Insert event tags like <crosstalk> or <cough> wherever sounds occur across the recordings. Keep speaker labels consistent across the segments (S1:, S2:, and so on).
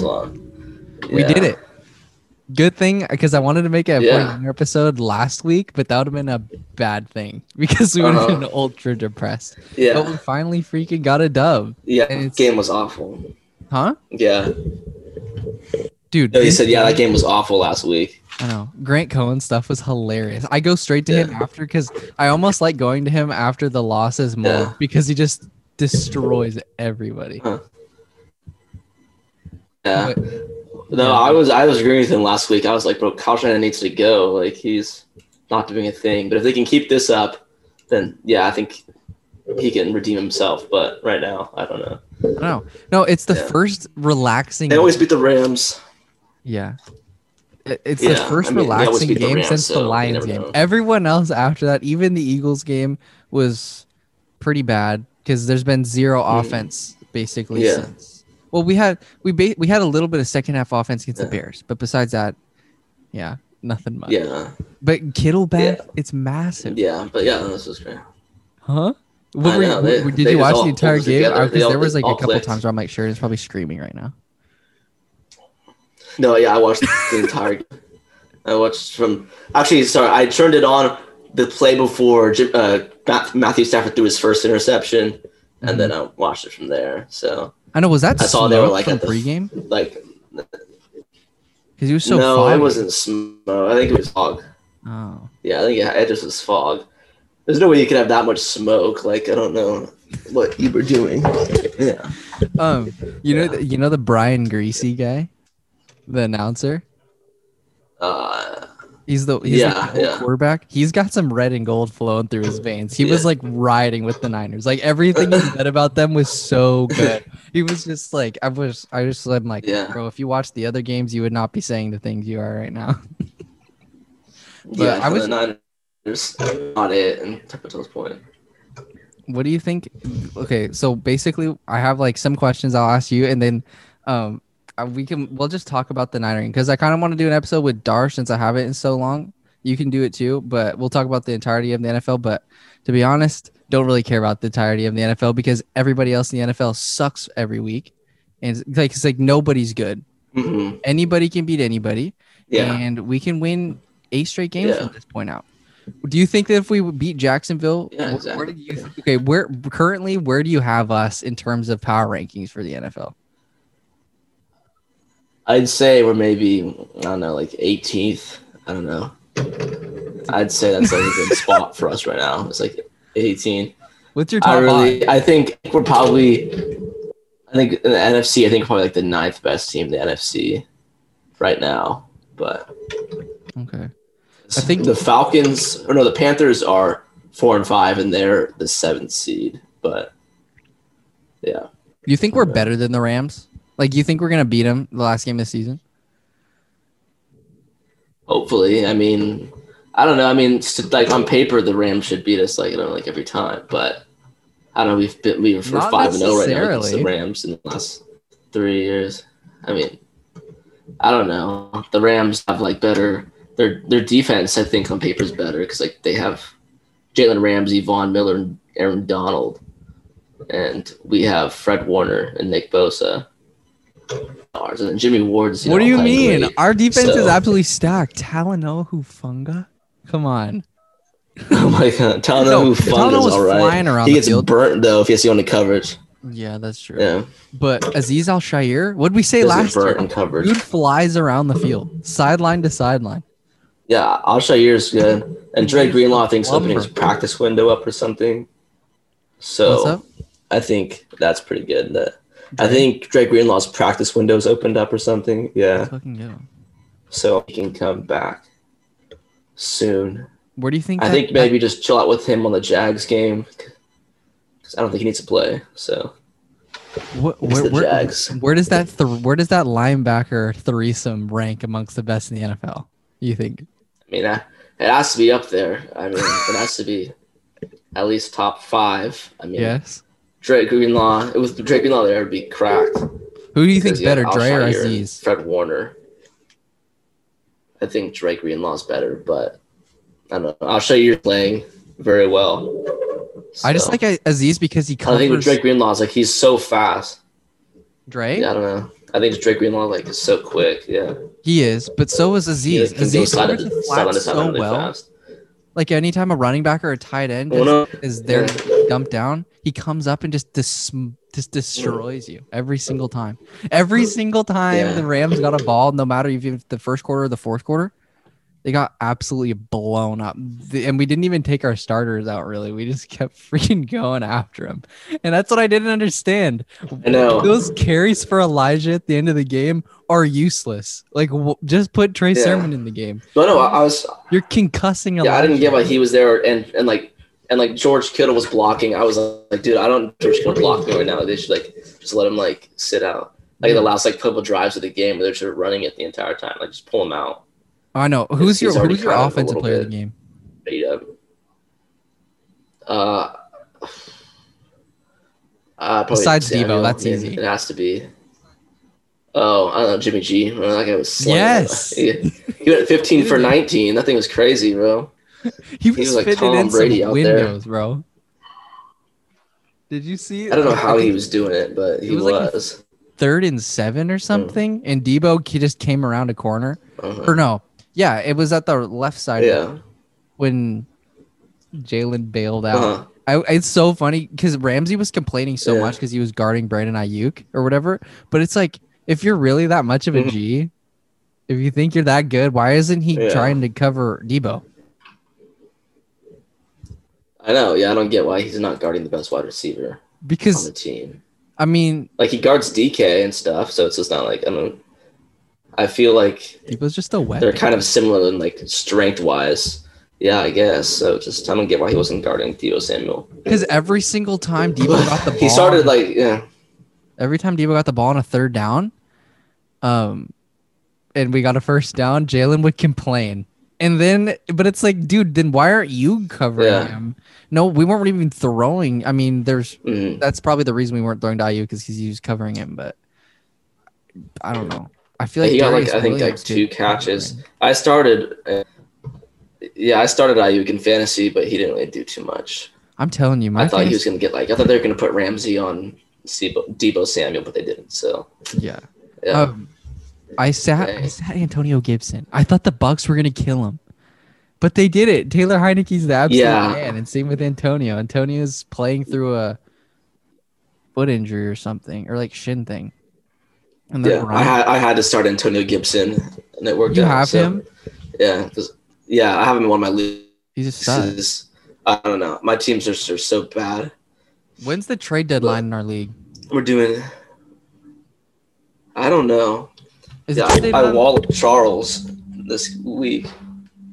S1: Oh. We did
S2: Yeah.
S1: it. Good thing because I wanted to make it a
S2: Yeah.
S1: 49 episode last week, but that would have been a bad thing <laughs> because we would have
S2: Uh-huh.
S1: been ultra depressed. But we
S2: Yeah,
S1: finally freaking got a dub,
S2: yeah.
S1: it's-
S2: Game was awful.
S1: huh?
S2: Yeah,
S1: Dude,
S2: no, he
S1: this-
S2: said yeah that game was awful last week.
S1: I know. Grant Cohen stuff was hilarious. I go straight to him
S2: Yeah.
S1: after because I almost like going to him after the losses more
S2: Yeah.
S1: because he just destroys everybody.
S2: Yeah,
S1: But-
S2: no,
S1: yeah.
S2: I was I was agreeing with him last week. I was like, bro, Kyle Shannon needs to go. Like he's not doing a thing. But if they can keep this up, then yeah, I think he can redeem himself. But right now, I don't know.
S1: No, no, it's the
S2: Yeah.
S1: first relaxing.
S2: They always beat the Rams.
S1: yeah, It- it's the
S2: Yeah,
S1: first
S2: I mean, they always
S1: relaxing
S2: beat the
S1: game
S2: Rams,
S1: since
S2: so
S1: the
S2: you
S1: Lions
S2: never
S1: game.
S2: know.
S1: Everyone else after that, even the Eagles game, was pretty bad because there's been zero
S2: Mhm.
S1: offense basically
S2: Yeah.
S1: since. Well, we had we ba- we had a little bit of second half offense against the
S2: Yeah.
S1: Bears, but besides that, yeah, nothing much.
S2: Yeah,
S1: But Kittle back,
S2: Yeah.
S1: it's massive,
S2: yeah, but yeah, this was great.
S1: huh? What
S2: I
S1: were you-
S2: know, they-
S1: what-
S2: they
S1: did you
S2: just
S1: watch
S2: all
S1: the entire
S2: pulled
S1: game?
S2: together. They
S1: Because
S2: all-
S1: there was
S2: they
S1: like a
S2: all
S1: couple
S2: clicked.
S1: times where I'm like, sure, it's probably screaming right now.
S2: No, yeah, I watched
S1: <laughs>
S2: the entire. I watched from actually. Sorry, I turned it on the play before Jim, uh, Ma- Matthew Stafford threw his first interception, and then I
S1: Mm-hmm.
S2: watched it from there. So
S1: I know. Was that
S2: I saw they were,
S1: smoke
S2: like,
S1: from
S2: at the-
S1: pregame?
S2: like,
S1: Because he was so
S2: no,
S1: foggy.
S2: it wasn't smoke. I think it was fog.
S1: Oh,
S2: Yeah, I think it, it just was fog. There's no way you could have that much smoke. Like I don't know what you were doing. Yeah,
S1: um, you know,
S2: Yeah.
S1: th- you know the Brian Greasy guy, the announcer.
S2: uh,
S1: He's the he's
S2: Yeah,
S1: the old
S2: yeah.
S1: quarterback. He's got some red and gold flowing through his veins. He was
S2: Yeah.
S1: like riding with the Niners. Like everything he said about them was so good. He was just like, I was, I just, I'm like,
S2: Yeah.
S1: bro, if you watch the other games, you would not be saying the things you are right now.
S2: yeah.
S1: I
S2: I
S1: was-
S2: was the Niners not it, and up until this point.
S1: what do you think okay so basically i have like some questions i'll ask you and then um uh, we can we'll just talk about the niner because i kind of want to do an episode with dar since i haven't in so long you can do it too but we'll talk about the entirety of the nfl but to be honest don't really care about the entirety of the nfl because everybody else in the nfl sucks every week and it's like it's like nobody's good
S2: hmm
S1: anybody can beat anybody
S2: Yeah,
S1: and we can win eight straight games
S2: Yeah.
S1: from this point out. Do you think that if we beat Jacksonville,
S2: Yeah,
S1: wh- where
S2: exactly.
S1: do you okay? Where currently, where do you have us in terms of power rankings for the NFL?
S2: I'd say we're maybe I don't know, like 18th. I don't know. I'd say that's like a good
S1: <laughs>
S2: spot for us right now. It's like 18.
S1: What's your
S2: I
S1: top five?
S2: really, I think we're probably, I think in the NFC, I think probably like the ninth best team in the NFC right now. But
S1: Okay, I think-
S2: the Falcons, or no, the Panthers are four and five, and they're the seventh seed. But yeah,
S1: you think we're better than the Rams? Like, you think we're gonna beat them the last game of the season?
S2: hopefully. I mean, I don't know. I mean, it's just, like on paper, the Rams should beat us like you know, like every time. But I don't know. We've been we we're
S1: Not
S2: five and zero right now
S1: necessarily.
S2: against the Rams in the last three years. I mean, I don't know. The Rams have like better their their defense. I think on paper is better because like they have Jalen Ramsey, Vaughn Miller, and Aaron Donald, and we have Fred Warner and Nick Bosa. Ours and Jimmy Ward's.
S1: what
S2: know,
S1: do you
S2: playing
S1: mean?
S2: great.
S1: Our defense is
S2: so-
S1: absolutely stacked. Talanohu Funga, come on.
S2: <laughs> Oh my god,
S1: No,
S2: Tano
S1: Talanoa
S2: Fung
S1: was
S2: is all right.
S1: flying around
S2: he
S1: the
S2: gets
S1: field.
S2: burnt though if he has to go into coverage.
S1: Yeah, that's true.
S2: Yeah,
S1: But Aziz Al Shair, what would we
S2: he
S1: say
S2: gets
S1: last year?
S2: burnt in coverage.
S1: Dude flies around the field, sideline to sideline.
S2: Yeah, I'll show yours good. And Dre Greenlaw thinks
S1: Lumber.
S2: opening his practice window up or something.
S1: What's
S2: So
S1: up?
S2: I think that's pretty good. That I think Dre Greenlaw's practice window's opened up or something. Yeah,
S1: Let's fucking get him.
S2: so he can come back soon.
S1: Where do you think?
S2: I
S1: that-
S2: think maybe just chill out with him on the Jags game. 'Cause I don't think he needs to play. So
S1: What,
S2: it's
S1: where,
S2: the
S1: where-
S2: Jags.
S1: where does that th- where does that linebacker threesome rank amongst the best in the NFL? You think?
S2: I mean, I, it has to be up there. I mean, it has to be at least top five. I mean,
S1: Yes.
S2: Drake Greenlaw. It was Drake Greenlaw there would be cracked.
S1: Who do you
S2: Because
S1: think's
S2: you have
S1: better, Dre or
S2: Alshon here and
S1: Aziz?
S2: Fred Warner. I think Drake Greenlaw's better, but I don't know. I'll show you you're playing very well.
S1: I just
S2: So,
S1: like A- Aziz because he
S2: I think with
S1: covers
S2: Drake Greenlaw's like he's so fast.
S1: Dre.
S2: Yeah, I don't know. I think Drake Greenlaw like is so quick. Yeah,
S1: He is, but so is Aziz.
S2: He can go
S1: Aziz
S2: side of
S1: covers
S2: the
S1: the
S2: side
S1: flat
S2: on the side
S1: so
S2: really
S1: well.
S2: fast.
S1: Like anytime a running back or a tight end
S2: Well, no,
S1: is there
S2: yeah.
S1: dumped down, he comes up and just dis- just destroys you every single time. Every single time
S2: Yeah.
S1: the Rams got a ball, no matter even if the first quarter or the fourth quarter, they got absolutely blown up. The- and we didn't even take our starters out really. We just <laughs> kept freaking going after him. And that's what I didn't understand.
S2: I know.
S1: Those carries for Elijah at the end of the game are useless. Like w- just put Trey
S2: Yeah.
S1: Sermon in the game.
S2: No, no, I, I was.
S1: You're concussing Elijah.
S2: Yeah, I didn't get why he was there, and and like and like George Kittle was blocking. I was like, dude, I don't George Kittle blocking right now. They should like just let him like sit out. Like the last like couple drives of the game where they're just running it the entire time. Like just pull him out.
S1: I know. Who's
S2: He's
S1: your
S2: already
S1: who's your
S2: kind of a
S1: offensive
S2: little
S1: player of
S2: bit-
S1: the game?
S2: Beat him. Uh. Uh, probably
S1: Besides Deebo, that's
S2: Yeah,
S1: easy.
S2: It has to be. Oh, I don't know, Jimmy G. Remember that guy was slinging it.
S1: Yes.
S2: <laughs> He, he
S1: <laughs>
S2: went 15 for 19. That thing was crazy, bro.
S1: He was,
S2: was like
S1: fitting
S2: Tom
S1: in
S2: Brady
S1: some
S2: out there.
S1: windows, bro. Did you see?
S2: I don't know how
S1: <laughs>
S2: he
S1: think
S2: was doing it, but he
S1: It was
S2: was.
S1: like a third and seven or
S2: Hmm.
S1: something, and Debo he just came around a corner.
S2: Uh-huh.
S1: Or no, yeah, it was at the left side
S2: Yeah.
S1: when Jalen bailed out.
S2: Uh-huh.
S1: I, it's so funny because Ramsey was complaining so
S2: Yeah.
S1: much because he was guarding Brandon Ayuk or whatever. But it's like if you're really that much of a
S2: Mhm.
S1: G, if you think you're that good, why isn't he
S2: Yeah.
S1: trying to cover Debo?
S2: I know. Yeah, I don't get why he's not guarding the best wide receiver on
S1: Because
S2: the team.
S1: I mean,
S2: Like he guards DK and stuff, so it's just not like I don't. I feel like
S1: Debo's just a weapon.
S2: they're kind of similar in like strength wise. Yeah, I guess. So just I don't get why he wasn't guarding Theo Samuel.
S1: Because every single time
S2: <laughs>
S1: Debo got the ball,
S2: he started like yeah,
S1: every time Debo got the ball on a third down, um, and we got a first down, Jalen would complain. And then, but it's like, dude, then why aren't you covering
S2: Yeah.
S1: him? No, we weren't even throwing. I mean, there's
S2: mhm.
S1: that's probably the reason we weren't throwing to IU because he's used covering him. But I don't know. I feel like
S2: he got like
S1: Darius
S2: I think like
S1: Williams
S2: two
S1: did
S2: catches.
S1: cover him.
S2: I started. uh, Yeah, I started Ayuk in fantasy, but he didn't really do too much.
S1: I'm telling you, my
S2: I thought he was
S1: fantasy-
S2: gonna get like I thought they were gonna put Ramsey on Sebo- Debo Samuel, but they didn't. So
S1: yeah.
S2: yeah.
S1: Um, I sat I
S2: Dang.
S1: sat Antonio Gibson. I thought the Bucks were gonna kill him, but they did it. Taylor Heineke's the absolute
S2: Yeah.
S1: man, and same with Antonio. Antonio's playing through a foot injury or something, or like shin thing. And then
S2: Yeah, I had I had to start Antonio Gibson, and it worked
S1: you
S2: out.
S1: have
S2: so,
S1: him.
S2: Yeah, 'cause- yeah, I haven't won my league.
S1: He's a stud.
S2: since- I don't know. My teams are, are so bad.
S1: When's the trade deadline in our league?
S2: We're doing. I don't know.
S1: Is,
S2: yeah,
S1: the, trade
S2: I, I
S1: deadline-
S2: walloped Charles this week.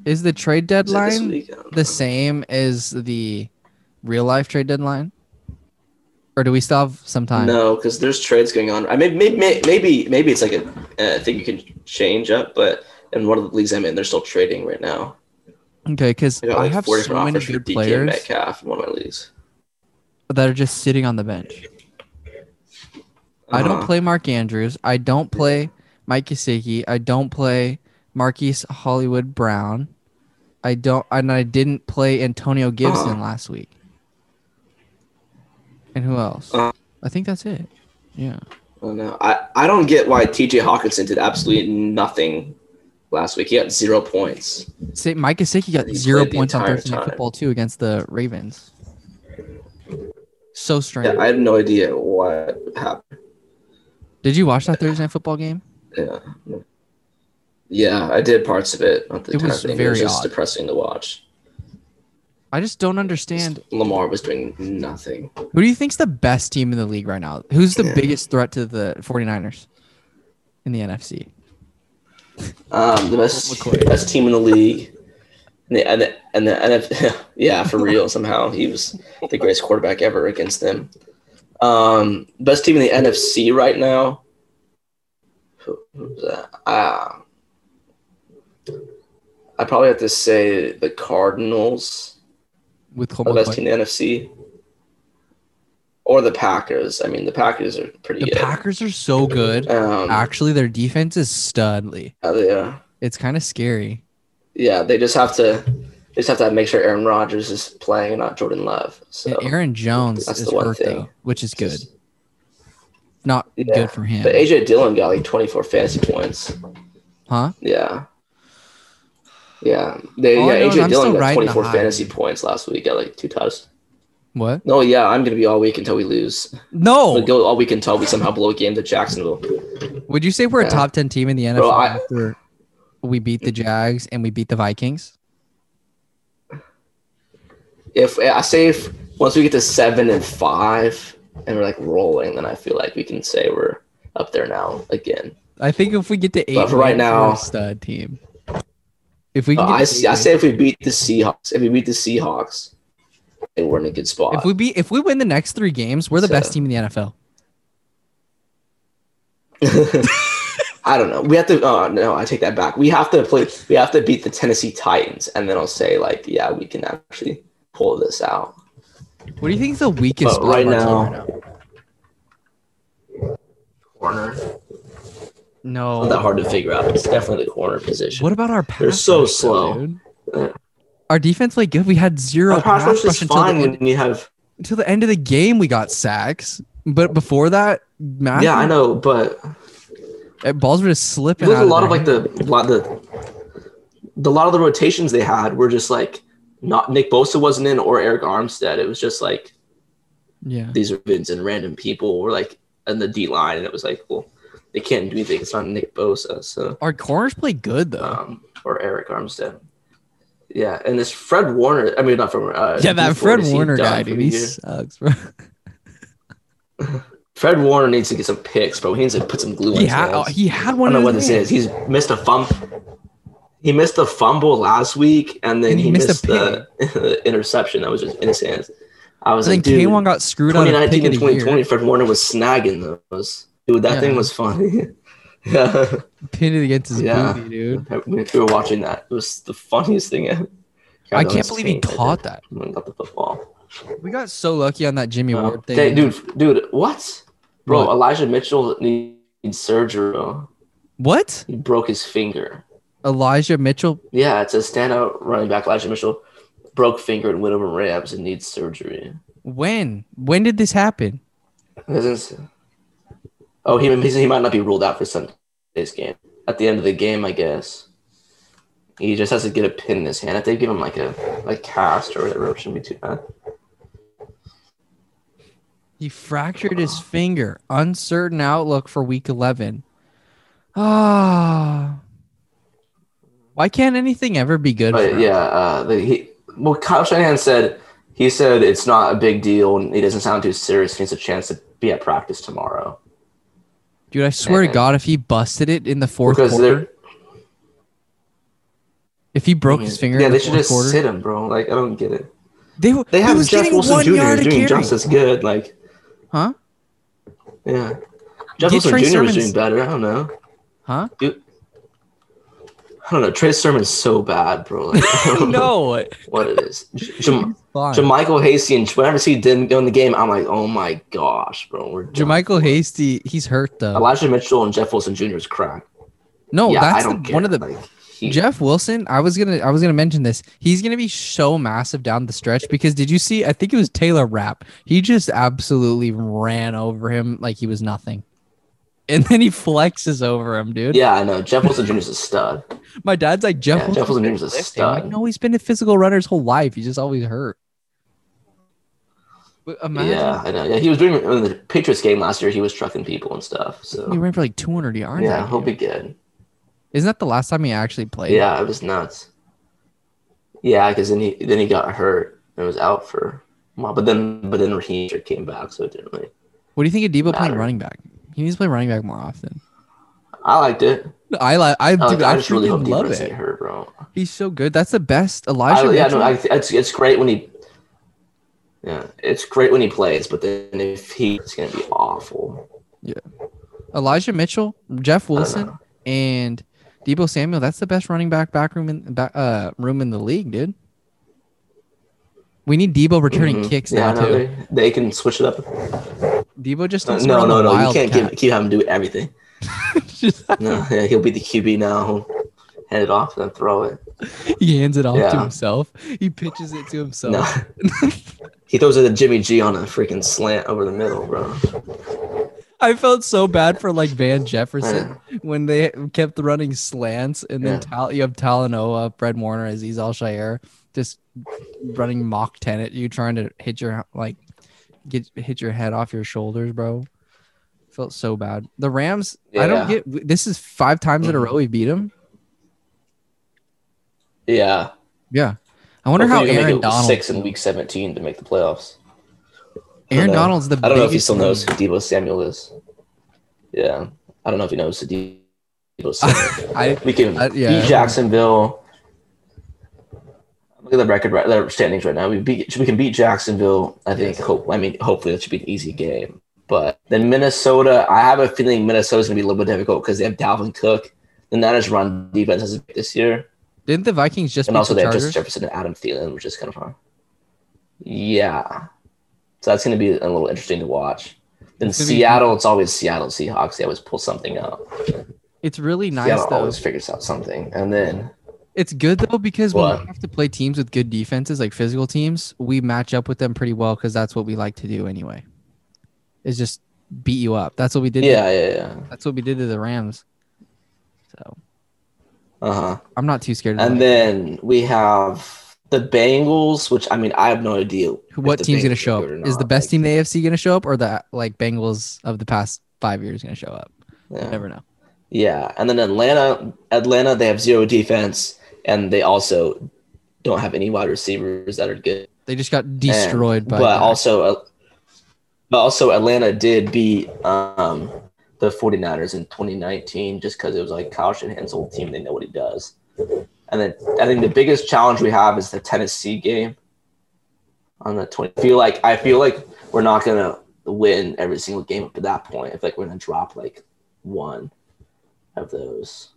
S1: is the trade
S2: Is it This
S1: deadline
S2: week? I don't know.
S1: the same as the real life trade deadline, or do we still have some time?
S2: No, because there's trades going on. I mean, maybe maybe maybe it's like a uh, thing you can change up, but in one of the leagues I'm in, they're still trading right now.
S1: Okay, because
S2: I got
S1: I
S2: like
S1: have
S2: four different
S1: so many
S2: offers for
S1: good
S2: DK and
S1: players.
S2: Metcalf in one of my leagues.
S1: that are just sitting on the bench. I don't
S2: Uh-huh.
S1: play Mark Andrews. I don't play Mike Gesicki. I don't play Marquise Hollywood Brown. I don't, and I didn't play Antonio Gibson
S2: Uh-huh.
S1: last week. And who else?
S2: Uh-huh.
S1: I think that's it. Yeah.
S2: Oh, no. I, I don't get why TJ Hawkinson did absolutely nothing last week. He got zero points.
S1: Say Mike Gesicki got
S2: He
S1: zero
S2: played the
S1: points on
S2: entire
S1: Thursday Night
S2: time.
S1: Football too against the Ravens. So strange.
S2: Yeah, I have no idea what happened.
S1: Did you watch that Thursday Night Football game?
S2: Yeah. Yeah, I did parts of it. Not the
S1: It
S2: entire
S1: was
S2: thing. it
S1: very
S2: was just
S1: odd.
S2: depressing to watch.
S1: I just don't understand.
S2: Lamar was doing nothing.
S1: Who do you think's the best team in the league right now? Who's the
S2: Yeah.
S1: biggest threat to the 49ers in the NFC?
S2: Um, the best,
S1: McCoy.
S2: best team in the league. And the, and the, and the, and the- <laughs> yeah, for real. Somehow he was the greatest quarterback ever against them. Um, best team in the NFC right now. Who, who's that? Uh, I probably have to say the Cardinals
S1: With Cole
S2: are the best
S1: McCoy?
S2: team in the NFC, or the Packers. I mean, the Packers are pretty
S1: The
S2: good.
S1: Packers are so good.
S2: um,
S1: Actually, their defense is studly.
S2: uh, yeah.
S1: It's kind of scary.
S2: yeah, they just have to they just have to make sure Aaron Rodgers is playing and not Jordan Love. So
S1: and Aaron Jones
S2: that's
S1: is
S2: the one
S1: hurt
S2: thing.
S1: though, which is good.
S2: Just-
S1: not
S2: Yeah,
S1: good for him.
S2: But AJ Dillon got like 24 fantasy points.
S1: huh?
S2: Yeah. Yeah. They,
S1: All I know
S2: yeah,
S1: is
S2: AJ
S1: I'm
S2: Dillon
S1: still
S2: got
S1: riding the
S2: 24
S1: high.
S2: fantasy points last week. Got like two touchdowns.
S1: What?
S2: No, yeah, I'm gonna be all week until we lose.
S1: No.
S2: We go all week until we somehow blow a game to Jacksonville.
S1: Would you say we're
S2: Yeah.
S1: a top ten team in the NFL
S2: Bro, I-
S1: after we beat the Jags and we beat the Vikings?
S2: If I say if once we get to seven and five and we're like rolling, then I feel like we can say we're up there now again.
S1: I think if we get to eight,
S2: But for right
S1: wins, we're
S2: now-
S1: a stud team. If we
S2: Uh,
S1: can,
S2: I,
S1: get
S2: s-
S1: to
S2: I
S1: eight
S2: say if we beat the Seahawks, if we beat the Seahawks, then we're in a good spot.
S1: wins- if we beat, if we win the next three games, we're the
S2: So-
S1: best team in the NFL.
S2: <laughs> I don't know. We have to. Oh no, I take that back. We have to play. We have to beat the Tennessee Titans, and then I'll say like, yeah, we can actually pull this out.
S1: What do you think is the weakest
S2: But
S1: spot
S2: right
S1: of our team
S2: now-
S1: right
S2: Corner.
S1: now?
S2: Not that
S1: No.
S2: hard to figure out. It's definitely the corner position.
S1: What about our pass?
S2: They're so
S1: rush, though,
S2: slow.
S1: dude?
S2: Yeah.
S1: Our defense played good. We had zero
S2: Our pass rush is
S1: until the,
S2: fine
S1: end,
S2: when you have.
S1: until the end of the game. We got sacks, but before that, Matthew,
S2: Yeah, I know, but
S1: uh, balls were just slipping.
S2: there's
S1: out
S2: a lot
S1: their
S2: of like
S1: hands.
S2: the lot the the lot of the rotations they had were just like not Nick Bosa wasn't in or Eric Armstead. It was just like
S1: yeah.
S2: these are Vince and random people were like in the D line, and it was like, well, they can't do anything. It's not Nick Bosa, so
S1: Our corners played good though.
S2: um, or Eric Armstead. Yeah, and this Fred Warner. I mean, not from uh,
S1: <laughs> yeah, that
S2: he's
S1: Fred
S2: he's
S1: Warner
S2: done
S1: guy,
S2: for
S1: dude,
S2: the
S1: he
S2: year.
S1: sucks, bro. <laughs>
S2: Fred Warner needs to get some picks, bro. He needs to put some glue on
S1: He
S2: his
S1: had, oh,
S2: hands.
S1: he had
S2: I
S1: one.
S2: don't know
S1: in
S2: what
S1: his
S2: this
S1: hand.
S2: is. He's missed a fumble. He missed a fumble last week, and then
S1: And
S2: he,
S1: he missed a
S2: missed, the, the <laughs> interception that was just in his hands. I was
S1: And then
S2: like, dude,
S1: K1 got screwed on a pick
S2: 2019
S1: of
S2: and
S1: the year.
S2: 2020, Fred Warner was snagging those. Dude, that
S1: Yeah.
S2: thing was funny. <laughs> yeah,
S1: Pinned it against his
S2: Yeah.
S1: booty, dude.
S2: we we were watching that. It was the funniest thing ever.
S1: I
S2: God,
S1: can't
S2: that was
S1: believe he
S2: insane. I did-
S1: caught that.
S2: I got the football.
S1: We got so lucky on that Jimmy
S2: Uh,
S1: Ward thing.
S2: dang, dude, dude, what? Bro,
S1: What?
S2: Elijah Mitchell needs surgery. Bro.
S1: What?
S2: He broke his finger.
S1: Elijah Mitchell?
S2: Yeah, it's a standout running back. Elijah Mitchell broke finger and went over Rams and needs surgery.
S1: When? When did this happen?
S2: Doesn't- Oh, he he he might not be ruled out for Sunday's game. At the end of the game, I guess he just has to get a pin in his hand. If they give him like a like cast or whatever, it shouldn't be too bad.
S1: He fractured his finger. Uncertain outlook for week 11. Ah. Why can't anything ever be good for
S2: But
S1: us?
S2: yeah, uh, the, he well Kyle Shanahan said he said it's not a big deal and he doesn't sound too serious. He has a chance to be at practice tomorrow
S1: Dude, I swear to
S2: Man.
S1: God, if he busted it in the fourth
S2: because
S1: quarter,
S2: they're
S1: if he broke his finger
S2: Yeah,
S1: in the
S2: they should
S1: fourth
S2: just
S1: quarter,
S2: sit him, bro. Like I don't get it.
S1: they, were-
S2: They
S1: he
S2: have
S1: was
S2: Jeff
S1: getting
S2: Wilson
S1: one yard
S2: Jr.
S1: a
S2: doing
S1: carry.
S2: just as good. Like
S1: Huh?
S2: yeah, Jeff
S1: Get
S2: Wilson
S1: Trey
S2: Jr.
S1: Sermon's-
S2: was doing better. I don't know.
S1: Huh?
S2: Dude. I don't know. Trey Sermon's so bad, bro. Like, I
S1: <laughs>
S2: don't know
S1: no.
S2: what it is. Jam-
S1: Fine.
S2: Jamichael Hasty, and whenever I see them go in the game, I'm like, oh my gosh, bro. We're done.
S1: Jermichael Hasty, he's hurt though.
S2: Elijah Mitchell and Jeff Wilson Jr. is cracked.
S1: No,
S2: yeah, I
S1: that's the,
S2: don't care.
S1: one of the
S2: Like, he-
S1: Jeff Wilson. I was gonna I was gonna mention this. He's gonna be so massive down the stretch because did you see? I think it was Taylor Rapp. He just absolutely ran over him like he was nothing, and then he flexes over him, dude.
S2: yeah, I know. Jeff Wilson Jr. is a stud.
S1: My dad's like Jeff.
S2: Yeah, Jeff Wilson Jr. is a
S1: I
S2: stud.
S1: know he's been a physical runner his whole life. He's just always hurt. But imagine
S2: Yeah, I know. Yeah, he was doing in the Patriots game last year. He was trucking people and stuff.
S1: he
S2: So
S1: ran for like 200 yards.
S2: yeah,
S1: that
S2: he'll
S1: game.
S2: be good.
S1: Isn't that the last time he actually played?
S2: Yeah, it was nuts. Yeah, because then he then he got hurt and was out for a while. But then but then Raheem Sterling came back, so it didn't really.
S1: What do you think of Debo playing
S2: Matter.
S1: running back? He needs to play running back more often.
S2: I liked it.
S1: I like. I,
S2: I,
S1: dude,
S2: liked,
S1: I,
S2: Oh, I just really
S1: freaking
S2: hope he
S1: love
S2: doesn't get
S1: it.
S2: hurt, bro.
S1: He's so good. That's the best.
S2: I,
S1: Elijah.
S2: yeah, no,
S1: Mitchell-
S2: I, it's it's great when he. Yeah, it's great when he plays, but then if he, it's gonna be awful.
S1: Elijah Mitchell, Jeff
S2: I don't
S1: Wilson,
S2: know.
S1: and Debo Samuel. That's the best running back back room in back, uh room in the league, dude. We need Debo returning
S2: Mhm.
S1: kicks
S2: Yeah,
S1: now
S2: no,
S1: too.
S2: they, they can switch it up.
S1: Debo just
S2: No,
S1: needs to run
S2: no,
S1: the
S2: no, you
S1: Wildcat.
S2: can't give, keep having him do everything.
S1: <laughs>
S2: <laughs>
S1: Just-
S2: No, yeah, he'll be the QB now. Hand it off and then throw it.
S1: he hands it off to
S2: Yeah.
S1: himself. He pitches it to himself. <laughs>
S2: No. he throws it at Jimmy G on a freaking slant over the middle, bro.
S1: I felt so bad for like
S2: <laughs>
S1: Van Jefferson
S2: know.
S1: when they kept running slants, and then
S2: Yeah.
S1: Tal- you have Talanoa, Fred Warner, Aziz Al Shayer, just running mock ten at you, trying to hit your like get hit your head off your shoulders, bro. Felt so bad. The Rams, I don't
S2: Yeah.
S1: get. This is five times in a
S2: Mhm.
S1: row we beat them.
S2: Yeah.
S1: Yeah, I wonder
S2: Hopefully
S1: how
S2: we can
S1: Aaron
S2: make it
S1: Donald.
S2: six in week 17 to make the playoffs.
S1: Aaron
S2: I don't know.
S1: Donald's the
S2: I don't know if he
S1: biggest
S2: still knows
S1: name.
S2: who Debo Samuel is. Yeah, I don't know if he knows who
S1: <laughs>
S2: Debo Samuel.
S1: I-
S2: we can
S1: I- Uh, yeah.
S2: beat Jacksonville. Look at the record, right? The standings right now. We beat. We can beat Jacksonville. I think. Hope. I mean, hopefully that should be an easy game. But then Minnesota, I have a feeling Minnesota's gonna be a little bit difficult because they have Dalvin Cook. The Niners run defense as big this year,
S1: Didn't the Vikings just
S2: and
S1: beat
S2: also
S1: the
S2: they have
S1: Chargers?
S2: Justin Jefferson and Adam Thielen, which is kind of fun. Yeah, so that's gonna be a little interesting to watch. In
S1: It's gonna be-
S2: Seattle, it's always Seattle Seahawks. They always pull something out.
S1: it's really nice
S2: Seattle
S1: though.
S2: always figures out something, and then
S1: It's good though because when
S2: What?
S1: we have to play teams with good defenses, like physical teams, we match up with them pretty well because that's what we like to do anyway. Is just beat you up. That's what we did. to-
S2: yeah, yeah, yeah.
S1: that's what we did to the Rams. So
S2: Uh huh.
S1: I'm not too scared. Of
S2: And
S1: the
S2: then we have the Bengals, which I mean, I have no idea
S1: Vikings. what
S2: if the
S1: team's gonna
S2: Bengals are
S1: show
S2: good
S1: up?
S2: or
S1: Is the
S2: not,
S1: best
S2: like-
S1: team in the AFC gonna show up, or the like Bengals of the past five years gonna show up?
S2: Yeah.
S1: Never know.
S2: Yeah, and then Atlanta, Atlanta, they have zero defense, and they also don't have any wide receivers that are good.
S1: They just got
S2: And-
S1: destroyed by.
S2: but also, uh, but also Atlanta did beat um, the 49ers in 2019 just because it was like Kyle Shanahan's old team. They know what he does. And then I think the biggest challenge we have is the Tennessee game on the 20. I feel like I feel like we're not gonna win every single game up to that point. I feel like we're gonna drop like one of those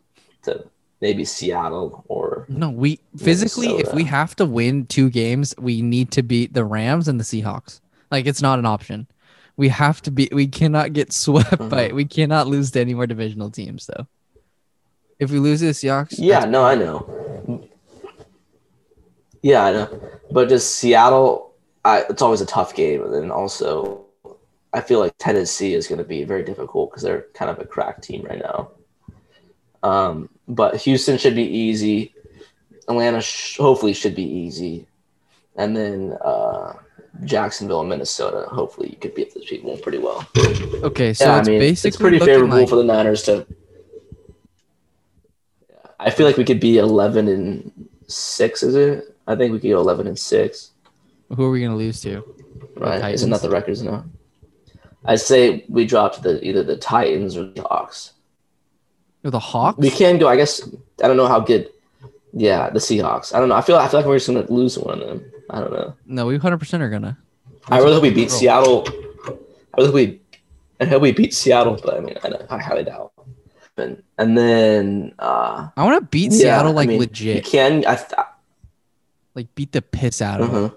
S2: to maybe Seattle or
S1: no, we physically, if we
S2: Minnesota.
S1: have to win two games, we need to beat the Rams and the Seahawks. Like it's not an option. We have to be. We cannot get <laughs> swept by.
S2: Mhm.
S1: We cannot lose to any more divisional teams, though. If we lose to the Seahawks,
S2: Yeah,
S1: that's-
S2: no, I know. Yeah, I know. But just Seattle, I, it's always a tough game. And then also, I feel like Tennessee is going to be very difficult because they're kind of a crack team right now. Um, but Houston should be easy. Atlanta sh- hopefully should be easy. And then uh, Jacksonville and Minnesota, hopefully you could beat those people pretty well.
S1: okay. So it's basically
S2: it's pretty
S1: looking
S2: favorable
S1: like-
S2: for the Niners to. I feel like we could be eleven and six. Is it? I think we could go eleven and six.
S1: who are we gonna lose to?
S2: Right? Isn't
S1: Titans.
S2: that the records now? I say we drop to the either the Titans or the Hawks.
S1: The Hawks.
S2: We can go. I guess I don't know how good. Yeah, the Seahawks. I don't know. I feel. I feel like we're just gonna lose one of them. I don't know.
S1: no, we hundred percent are gonna.
S2: I really hope we beat Seattle. I really hope we, I hope we beat Seattle. But I mean, I, don't- I highly doubt. And and then. uh
S1: I want to beat
S2: Yeah,
S1: Seattle
S2: I
S1: like
S2: mean, You
S1: legit,
S2: can. I, th-
S1: like beat the piss out of them
S2: uh-huh,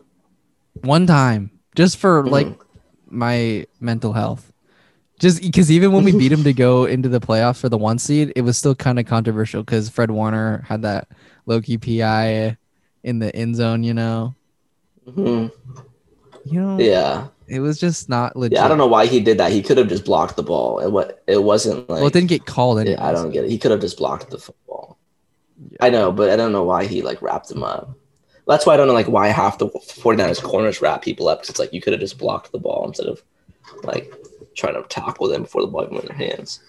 S1: one time, just for like
S2: mhm.
S1: my mental health. Just because even when we beat him to go into the playoffs for the one seed, it was still kind of controversial because Fred Warner had that low key PI in the end zone. You know,
S2: Mhm.
S1: you know,
S2: Yeah,
S1: it was just not legit.
S2: yeah. I don't know why he did that. He could have just blocked the ball. It what it wasn't like.
S1: well, it didn't get called. Anyways.
S2: yeah, I don't get it. He could have just blocked the football. I know, but I don't know why he like wrapped him up. That's why I don't know like why half the 49ers corners wrap people up because it's like you could have just blocked the ball instead of like trying to tackle them before the ball even went in their hands.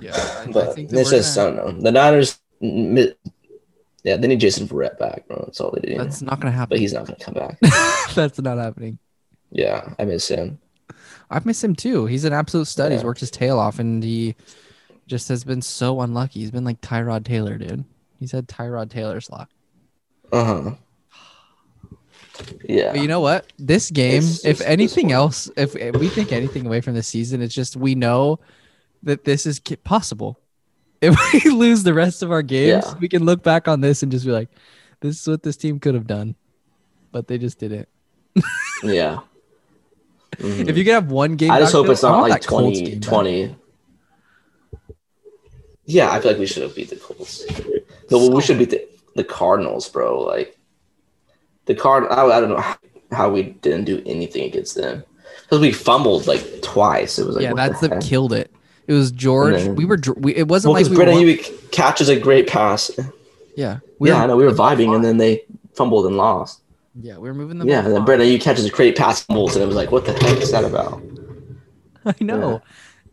S1: Yeah, I, I
S2: But
S1: think that
S2: it's
S1: we're
S2: just
S1: gonna-
S2: I don't know. The Niners, m- mi- yeah, they need Jason Verrett back, bro. That's all they do.
S1: that's not gonna
S2: but
S1: happen.
S2: he's not gonna come back.
S1: <laughs> that's not happening.
S2: Yeah, I miss him.
S1: I've missed him too. He's an absolute stud. He's
S2: Yeah.
S1: worked his tail off, and he just has been so unlucky. He's been like Tyrod Taylor, dude. He's had Tyrod Taylor's luck.
S2: Uh huh. Yeah.
S1: But you know what? This game,
S2: It's
S1: if
S2: just
S1: anything
S2: this one.
S1: else, if, if we take anything away from the season, it's just we know that this is ki- possible. <laughs> If we lose the rest of our games,
S2: Yeah.
S1: we can look back on this and just be like, this is what this team could have done, but they just didn't.
S2: yeah. Mhm.
S1: If you could have one game,
S2: I just
S1: back,
S2: hope
S1: though,
S2: it's
S1: I
S2: not
S1: want
S2: like
S1: that Colts game
S2: 20,
S1: back.
S2: 20. Yeah, I feel like we should have beat the Colts. No, well,
S1: So-
S2: we should beat the, the Cardinals, bro. Like the Card, I, I don't know how we didn't do anything against them. because we fumbled like twice. It was like
S1: yeah,
S2: what
S1: that's
S2: the
S1: the
S2: heck?
S1: killed it. It was George.
S2: then-
S1: we were. dr- We, it wasn't
S2: well
S1: like
S2: because
S1: we
S2: Brandon
S1: won-
S2: Ayuk catches a great pass.
S1: yeah. We
S2: yeah, I
S1: were,
S2: know we were vibing, and then they fumbled and lost.
S1: yeah, we were moving the
S2: Yeah,
S1: ball
S2: and then
S1: on.
S2: Brandon Ayuk catches a great pass, fumbles, and it was like, what the heck is that about?
S1: <laughs> I know.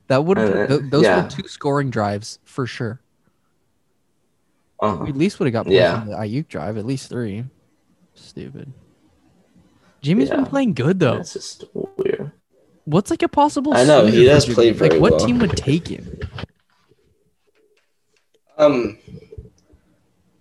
S1: That would
S2: Uh,
S1: have th- those
S2: yeah.
S1: were two scoring drives for sure.
S2: Uh-huh.
S1: We at least would have got points
S2: Yeah.
S1: on the Ayuk drive, at least three. Stupid. Jimmy's been
S2: Yeah.
S1: playing good though.
S2: It's just weird.
S1: What's like a possible?
S2: I know,
S1: suitor
S2: he
S1: for
S2: does
S1: Jimmy?
S2: play very
S1: Like what
S2: well.
S1: team would take him?
S2: Um,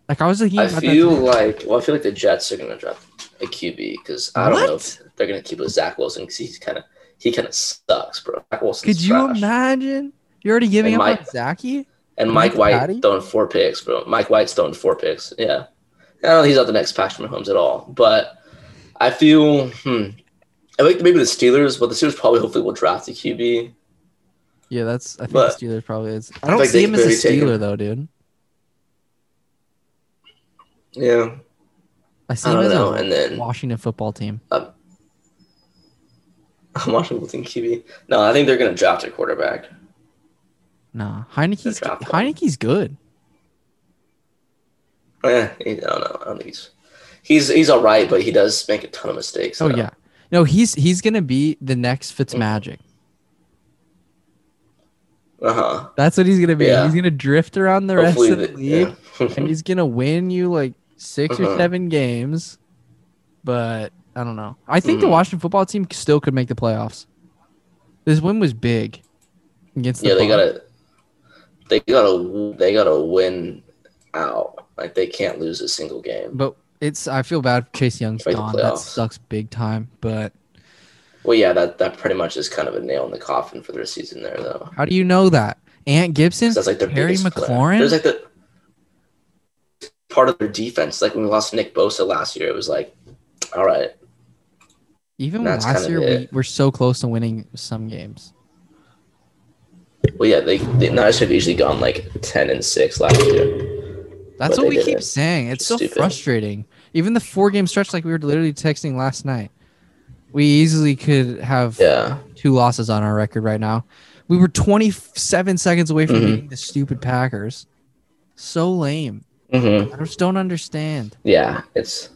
S1: Like I was thinking
S2: I
S1: about that
S2: feel
S1: today.
S2: like well, I feel like the Jets are gonna drop a QB because I don't know if they're gonna keep with Zach Wilson because he's kind of he kind of sucks, bro. Zach Wilson's
S1: Could you
S2: trash.
S1: imagine? You're already giving
S2: And
S1: up
S2: Mike-
S1: on Zachy?
S2: And Mike
S1: Mike
S2: White
S1: Patty?
S2: throwing four picks, bro. Mike White's throwing four picks. Yeah, I don't know. He's not the next Patrick Mahomes at all, but I feel hmm. I think maybe the Steelers, but the Steelers probably hopefully will draft a QB.
S1: Yeah, that's. I think
S2: But-
S1: the Steelers probably is. I
S2: I
S1: don't
S2: think
S1: see
S2: they
S1: him as a
S2: could take him.
S1: Steeler though, dude.
S2: Yeah,
S1: I see
S2: I
S1: him
S2: don't
S1: as
S2: know.
S1: a
S2: And then <laughs>
S1: Washington football team.
S2: I'm watching Wilson QB. No, I think they're gonna draft a quarterback.
S1: Nah, Heineke's
S2: draft him.
S1: Heineke's good.
S2: Eh, he- I don't know. I don't think he's he's he's all right, but he does make a ton of mistakes.
S1: Oh
S2: so.
S1: yeah, no, he's he's gonna be the next Fitzmagic.
S2: Uh huh.
S1: That's what he's gonna be.
S2: Yeah.
S1: He's gonna drift around the rest
S2: Hopefully,
S1: of the
S2: the-
S1: league, <laughs> and
S2: yeah.
S1: he's gonna win you like 6 or
S2: Uh-huh.
S1: seven games. But I don't know. I think the
S2: Mhm.
S1: Washington football team still could make the playoffs. This win was big against the.
S2: <laughs> yeah, they
S1: Bucs.
S2: gotta they gotta they gotta win out. Like they can't lose a single game.
S1: But it's I feel bad. for Chase Young's
S2: Make the
S1: gone. That
S2: playoffs.
S1: sucks big time. But
S2: Well, yeah, that that pretty much is kind of a nail in the coffin for their season there, though.
S1: how do you know that? Ant Gibson,
S2: 'Cause That's like their
S1: Terry
S2: biggest player.
S1: McLaurin?
S2: There's like the part of their defense. Like when we lost Nick Bosa last year, it was like, all right,
S1: even
S2: that's kind
S1: last
S2: of
S1: year, we
S2: it.
S1: were so close to winning some games.
S2: well, yeah, they the Niners have usually gone like ten and six last year.
S1: That's
S2: But
S1: what
S2: they
S1: we keep
S2: didn't.
S1: saying. It's so
S2: Stupid.
S1: frustrating. Even the four game stretch, like we were literally texting last night, we easily could have
S2: Yeah,
S1: two losses on our record right now. We were 27 seconds away from
S2: Mhm.
S1: beating the stupid Packers. So lame.
S2: hmm
S1: I just don't understand.
S2: yeah, it's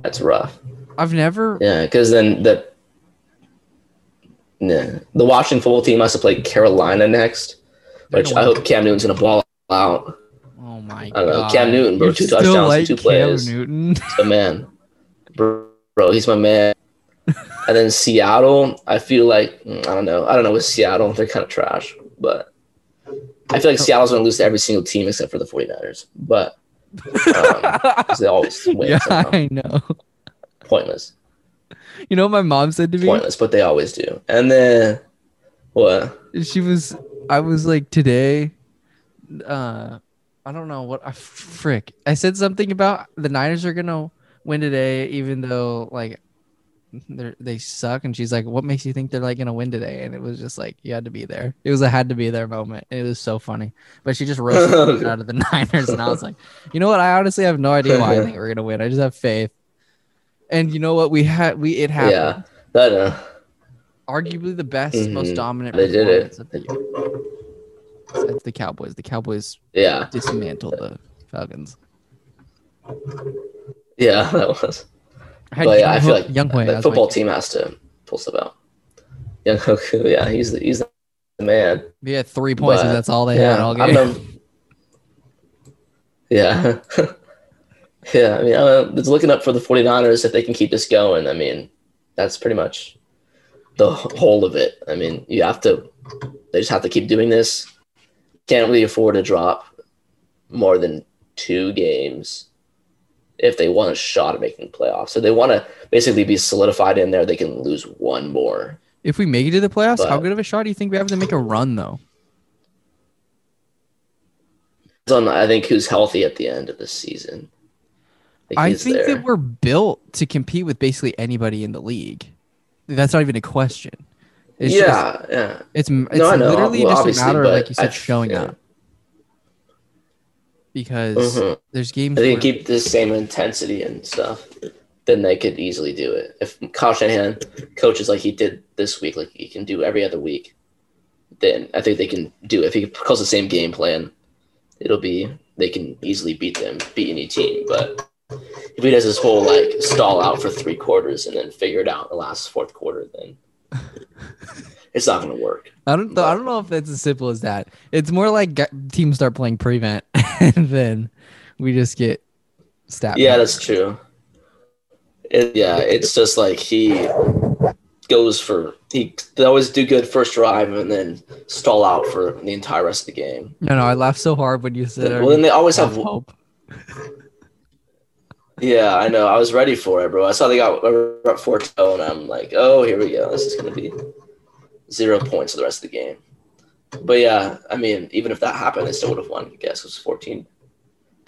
S2: that's rough.
S1: I've never.
S2: Yeah, because then the yeah, the Washington football team has to play Carolina next,
S1: They're
S2: which
S1: gonna
S2: I hope Cam Newton's gonna ball out.
S1: Oh my
S2: I don't know,
S1: god.
S2: Cam Newton, bro,
S1: You
S2: two
S1: still
S2: touchdowns,
S1: like
S2: two
S1: Cam
S2: plays.
S1: Newton.
S2: He's the man, bro, bro, he's my man.
S1: <laughs>
S2: and then Seattle, I feel like mm, I don't know, I don't know with Seattle, they're kind of trash, but I feel like Seattle's gonna lose to every single team except for the 49ers, but
S1: <laughs>
S2: um, 'cause they always win.
S1: yeah,
S2: somehow.
S1: I know.
S2: Pointless.
S1: You know what my mom said to me?
S2: pointless, but they always do. And then what?
S1: She was, I was like, today, uh, I don't know what I frick. I said something about the Niners are gonna win today, even though like they they suck. And she's like, "What makes you think they're like gonna win today?" And it was just like you had to be there. It was a had to be there moment. It was so funny. But she just roasted the shit out of the <laughs> Niners, and I was like, you know what? I honestly have no idea why I think we're gonna win. I just have faith. And you know what? We had we it happened.
S2: Yeah, uh, I don't know.
S1: arguably the best, most
S2: Mhm.
S1: dominant
S2: They did it.
S1: performance of the year. It's the Cowboys. The Cowboys
S2: Yeah,
S1: dismantled the Falcons.
S2: yeah, <laughs> that was.
S1: I had
S2: but yeah, I
S1: Young
S2: feel
S1: Ho-
S2: like
S1: Young Hoy
S2: the
S1: as my-
S2: football team has to pull stuff out. <laughs> Young Hoku, yeah, he's the, he's the man.
S1: They had three points, and
S2: but-
S1: that's all they had
S2: yeah,
S1: all
S2: I'm
S1: game.
S2: no, <laughs> yeah, <laughs> yeah. I mean, I'm it's looking up for the 49ers if they can keep this going. I mean, that's pretty much the whole of it. I mean, you have to. They just have to keep doing this. Can't really afford to drop more than two games if they want a shot at making the playoffs. So they want to basically be solidified in there. They can lose one more.
S1: If we make it to the playoffs, how
S2: But-
S1: good of a shot do you think we have to make a run though?
S2: It's on. I think who's healthy at the end of the season.
S1: I
S2: he's
S1: think
S2: there.
S1: that we're built to compete with basically anybody in the league. That's not even a question. It's
S2: yeah,
S1: just,
S2: yeah.
S1: it's m- it's
S2: No, I know.
S1: literally
S2: Well,
S1: just a
S2: obviously,
S1: matter of
S2: but
S1: like you said,
S2: I-
S1: showing
S2: yeah.
S1: up because
S2: Mhm.
S1: there's games.
S2: They
S1: where-
S2: keep the same intensity and stuff. then they could easily do it. If Kyle Shanahan coaches like he did this week, like he can do every other week, then I think they can do it. If he calls the same game plan, it'll be they can easily beat them, beat any team. But if he does this whole like stall out for three quarters and then figure it out in the last fourth quarter, then
S1: <laughs>
S2: it's not going to work.
S1: I don't. Though, I don't know if that's as simple as that. It's more like g- teams start playing prevent, <laughs> and then we just get stabbed.
S2: Yeah, that's true. It, yeah, it's just like he goes for he. They always do good first drive and then stall out for the entire rest of the game.
S1: No, no, I laughed so hard when you said.
S2: Well, then they always have.
S1: hope.
S2: Yeah, I know. I was ready for it, bro. I saw they got up four toe, and I'm like, oh, here we go. This is gonna be zero points for the rest of the game. But yeah, I mean, even if that happened, they still would have won. I guess it was 14.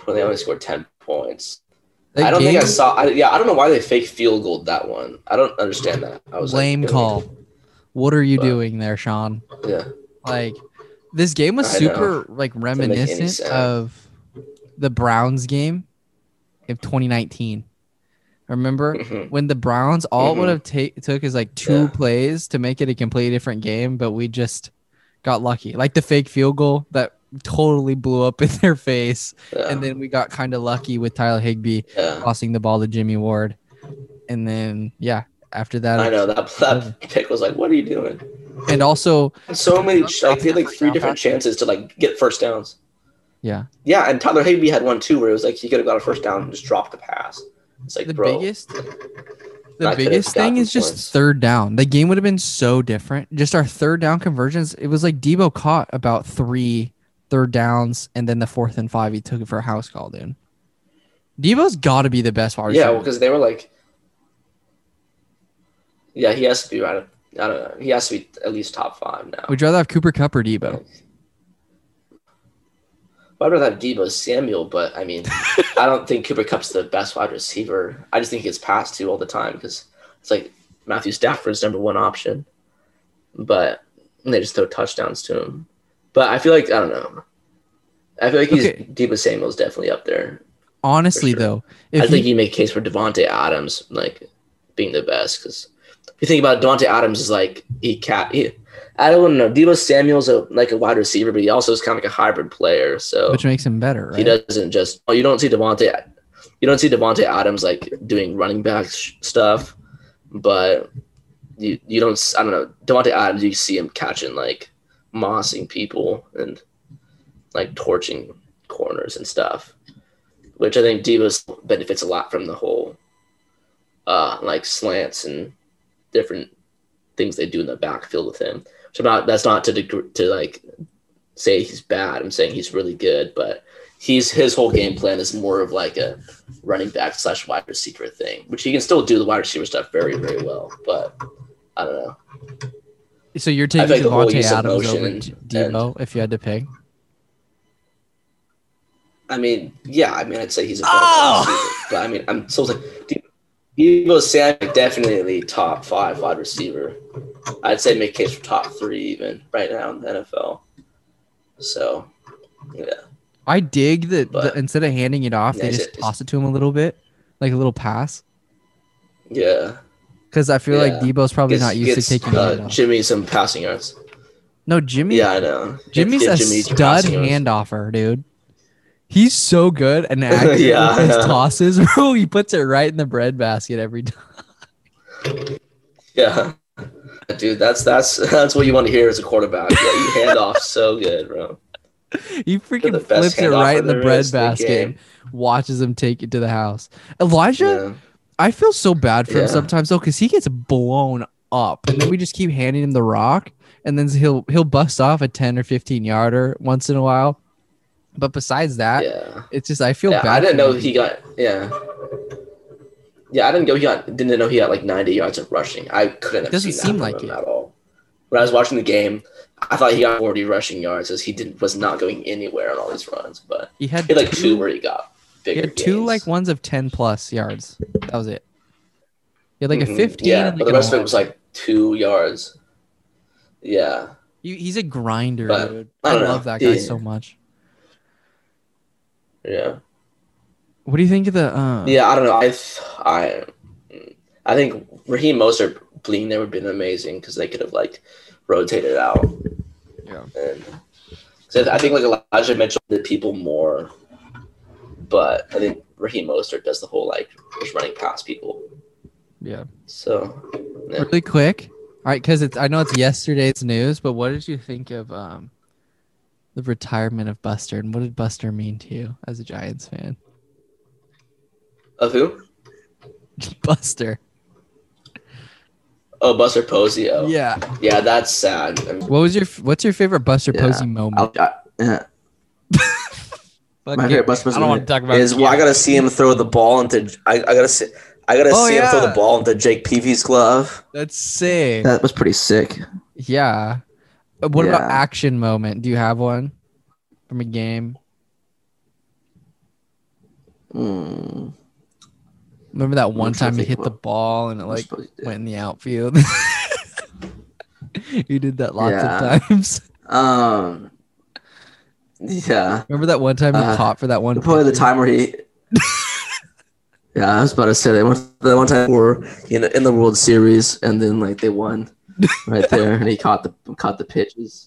S2: When they only scored 10 points.
S1: That
S2: I don't
S1: game,
S2: think I saw. I, yeah, I don't know why they fake field goal that one. I don't understand that. I was like,
S1: lame
S2: really?
S1: call. What are you
S2: But-
S1: doing there, Sean? <laughs>
S2: Yeah,
S1: Like this game was
S2: I know.
S1: super like
S2: make any
S1: reminiscent
S2: sense.
S1: of the Browns game of 2019. Remember
S2: Mhm.
S1: when the Browns all it
S2: Mhm.
S1: would have ta- took is like two
S2: Yeah.
S1: plays to make it a completely different game, but we just got lucky. Like the fake field goal that totally blew up <laughs> in their face,
S2: <laughs> yeah,
S1: and then we got kind of lucky with Tyler Higbee
S2: yeah.
S1: tossing the ball to Jimmy Ward, and then yeah, after that,
S2: I know that that pick was like, what are you doing?
S1: and also
S2: So many like they had like three different chances to like get first downs.
S1: yeah,
S2: Yeah, and Tyler Higby had one too, where it was like he could have got a first down and just dropped the pass. It's like,
S1: the
S2: bro,
S1: biggest the
S2: could've
S1: biggest thing
S2: gotten
S1: is just
S2: points.
S1: third down. The game would have been so different. Just our third down conversions. It was like Debo caught about three third downs, and then the fourth and five he took it for a house call, dude. Debo's got to be the best wide
S2: yeah,
S1: receiver.
S2: because they were like, yeah, he has to be right. up- I don't know. He has to be at least top five now.
S1: Would you rather have Cooper Cup or Debo?
S2: I'd rather have Debo Samuel, but
S1: <laughs>
S2: I mean, I don't think Cooper Cup's the best wide receiver. I just think he gets passed to all the time because it's like Matthew Stafford's number one option, but they just throw touchdowns to him. But I feel like I don't know. I feel like he's
S1: Okay.
S2: Debo Samuel's definitely up there.
S1: Honestly,
S2: sure.
S1: though, if
S2: I
S1: you-
S2: think you make a case for Devonte Adams like being the best because if you think about it, Devonte Adams is like he cat. He, I don't know. Debo Samuel's a like a wide receiver, but he also is kind of like a hybrid player. So
S1: which makes him better,
S2: he
S1: right?
S2: doesn't just. Oh, you don't see Devonte. You don't see Devonte Adams like doing running back sh- stuff, but you you don't. s- I don't know Devonte Adams. You see him catching like mossing people and like torching corners and stuff, which I think Debo benefits a lot from the whole uh like slants and different things they do in the backfield with him. So not that's not to deg- to like say he's bad. I'm saying he's really good, but he's his whole game plan is more of like a running back slash wide receiver thing, which he can still do the wide receiver stuff very very well. But I don't know.
S1: So you're
S2: I
S1: taking
S2: think the whole
S1: Devontae
S2: use of
S1: Adams
S2: motion
S1: over
S2: and-
S1: D- Debo if you had to pick.
S2: I mean, yeah, I mean, I'd say he's a better
S1: Oh!
S2: receiver, but I mean, I'm still like De- Debo Samuel definitely top five wide receiver. I'd say make case for top three even right now in the NFL. So, yeah.
S1: I dig that the,
S2: But-
S1: instead of handing it off, they
S2: Yeah, it's-
S1: just
S2: it's-
S1: toss it to him a little bit, like a little pass.
S2: Yeah,
S1: Because I feel like
S2: Yeah.
S1: Debo's probably not used
S2: Gets-
S1: to
S2: gets,
S1: taking
S2: uh,
S1: handoffs.
S2: Jimmy some passing yards.
S1: No, Jimmy.
S2: Yeah, I know.
S1: Jimmy's a
S2: Get Jimmy
S1: stud
S2: passing yards.
S1: handoffer, dude. He's so good
S2: <laughs>
S1: and accurate
S2: Yeah,
S1: with his
S2: yeah.
S1: tosses, <laughs> bro. He puts it right in the breadbasket every time. <laughs>
S2: Yeah, dude, that's that's that's what you want to hear as a quarterback. Yeah, you hand off so good, bro.
S1: He
S2: You're the
S1: freaking
S2: best
S1: flips it right
S2: handoffer
S1: in the
S2: there is in the
S1: breadbasket.
S2: game.
S1: and watches him take it to the house. Elijah,
S2: Yeah.
S1: I feel so bad for
S2: Yeah.
S1: him sometimes though, because he gets blown up, and then we just keep handing him the rock, and then he'll he'll bust off a ten or fifteen yarder once in a while. But besides that,
S2: yeah.
S1: it's just I feel
S2: yeah,
S1: bad.
S2: I didn't
S1: for
S2: know
S1: him.
S2: he got yeah. Yeah, I didn't go. He got didn't know he got like 90 yards of rushing. I couldn't have
S1: Doesn't
S2: seen
S1: seem
S2: that
S1: like
S2: from him
S1: it.
S2: at all. When I was watching the game, I thought he got 40 rushing yards as he didn't was not going anywhere on all these runs. But
S1: He had
S2: he had like two where he got
S1: He
S2: bigger.
S1: had two
S2: gains.
S1: like ones of ten plus yards. That was it. He had like
S2: Mhm.
S1: a fifteen.
S2: Yeah,
S1: and
S2: but
S1: like
S2: the
S1: an
S2: rest of
S1: 11.
S2: it was like two yards. Yeah,
S1: He- he's a grinder,
S2: But,
S1: dude.
S2: I
S1: I,
S2: don't know.
S1: love that guy
S2: Yeah.
S1: so much.
S2: yeah,
S1: What do you think of the? Uh,
S2: yeah. I don't know. I, I,
S3: I think Raheem Mostert being there would have been amazing because they could have like rotated out.
S1: Yeah.
S3: And so I think like Elijah Mitchell did people more, but I think Raheem Mostert does the whole like just running past people.
S1: Yeah.
S3: So yeah.
S1: Really quick. All right, because it's I know it's yesterday's news, but what did you think of um the retirement of Buster and what did Buster mean to you as a Giants fan? <laughs>
S3: of who?
S1: Buster.
S3: Oh, Buster Posey. Oh, yeah,
S1: Yeah.
S3: that's sad. I mean,
S1: What was your what's your favorite Buster
S2: Yeah,
S1: Posey moment?
S2: I'll- I, yeah,
S1: Fuck
S2: my
S1: it.
S2: favorite Buster Posey
S1: I don't want to
S2: moment
S1: talk about
S2: is
S1: it.
S2: well, I gotta see him throw the ball into. I, I gotta see. I gotta
S1: Oh,
S2: see him throw
S1: yeah.
S2: the ball into Jake Peavy's glove.
S1: That's sick.
S2: That was pretty sick.
S1: Yeah. Uh, What about
S2: Yeah.
S1: action moment? Do you have one from a game?
S2: Mm,
S1: Remember that one time
S2: trying to
S1: he
S2: think
S1: hit
S2: what-
S1: the ball and it like
S2: Buster Posey did.
S1: went in the
S2: <laughs>
S1: outfield? you did that lots
S2: Yeah.
S1: of times. <laughs>
S2: Um. Yeah.
S1: Remember that one time you
S2: Uh,
S1: caught for that one?
S2: Probably the
S1: picture?
S2: time
S1: <laughs>
S2: where he. yeah, I was about to say that one. That one time where you know in the World Series, and then like they won right there, and he caught the caught the pitches.